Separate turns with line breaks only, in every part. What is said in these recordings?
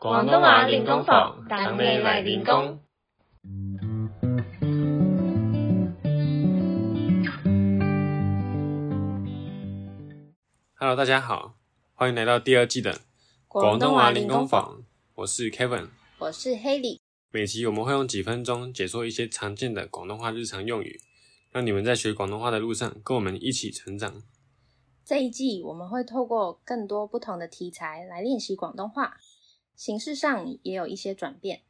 廣東話練功房，等你嚟練功。
Hello，大家好，欢迎来到第二季的练功，房，我是 Kevin。
我是 Haley。
每集我们会用几分钟解说一些常见的广东话日常用语，让你们在学广东话的路上跟我们一起成长。
这一季我们会透过更多不同的题材来练习广东话，形式上也有一些转变，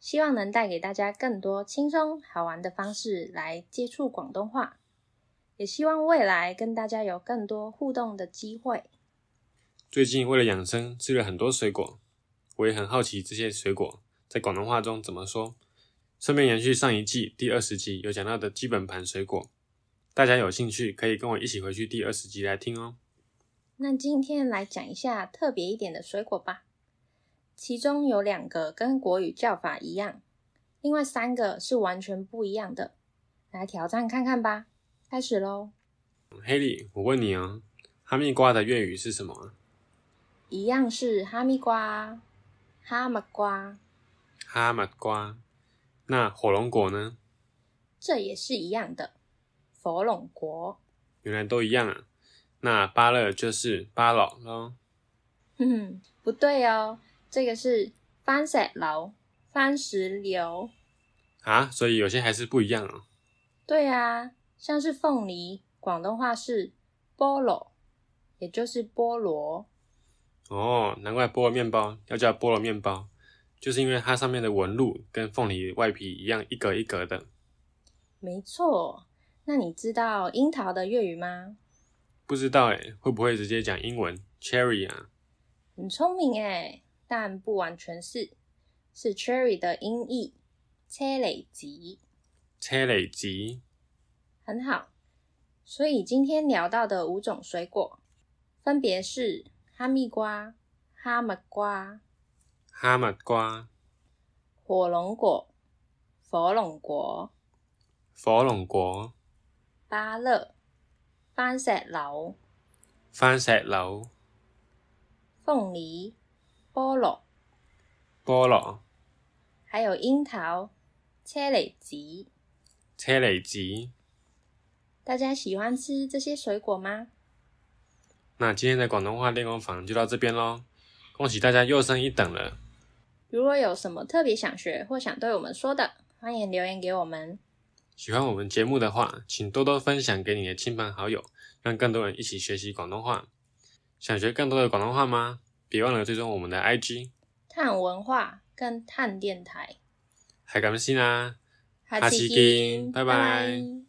希望能带给大家更多轻松好玩的方式来接触广东话，也希望未来跟大家有更多互动的机会。
最近为了养生吃了很多水果，我也很好奇这些水果在广东话中怎么说。顺便延续上一季第二十集有讲到的基本盘水果，大家有兴趣可以跟我一起回去第二十集来听哦。
那今天来讲一下特别一点的水果吧，其中有两个跟国语叫法一样，另外三个是完全不一样的，来挑战看看吧。开始喽！
黑莉，我问你哦，哈密瓜的粤语是什么啊？
一样是哈密瓜、哈密瓜，
哈密瓜。那火龙果呢？
这也是一样的。佛龙果，
原来都一样啊。那芭乐就是芭乐咯。
哼哼，不对哦，这个是番石榴、番石榴。
啊，所以有些还是不一样哦。
对啊，像是凤梨，广东话是菠萝，也就是菠萝。
哦，难怪菠萝面包要叫菠萝面包，就是因为它上面的纹路跟凤梨外皮一样一格一格的。
没错，那你知道樱桃的粤语吗？
不知道诶，会不会直接讲英文 cherry 啊？
很聪明诶，但不完全是，是 cherry 的音译，车厘子。
车厘子。
很好。所以今天聊到的五种水果，分别是哈密瓜、哈密瓜、
哈密瓜、
火龙果、火龙果、
火龙果、
芭乐、番石榴、
番石榴、
凤梨、菠萝，
菠萝、
还有樱桃、车厘子。
车厘子。
大家喜欢吃这些水果吗？
那今天的广东话练功房就到这边喽，恭喜大家又升一等了。
如果有什么特别想学或想对我们说的，欢迎留言给我们。
喜欢我们节目的话，请多多分享给你的亲朋好友，让更多人一起学习广东话。想学更多的广东话吗？别忘了追踪我们的 IG，
探文化跟探电台，
还感谢啦。
哈
哈奇
奇金，
金拜拜
拜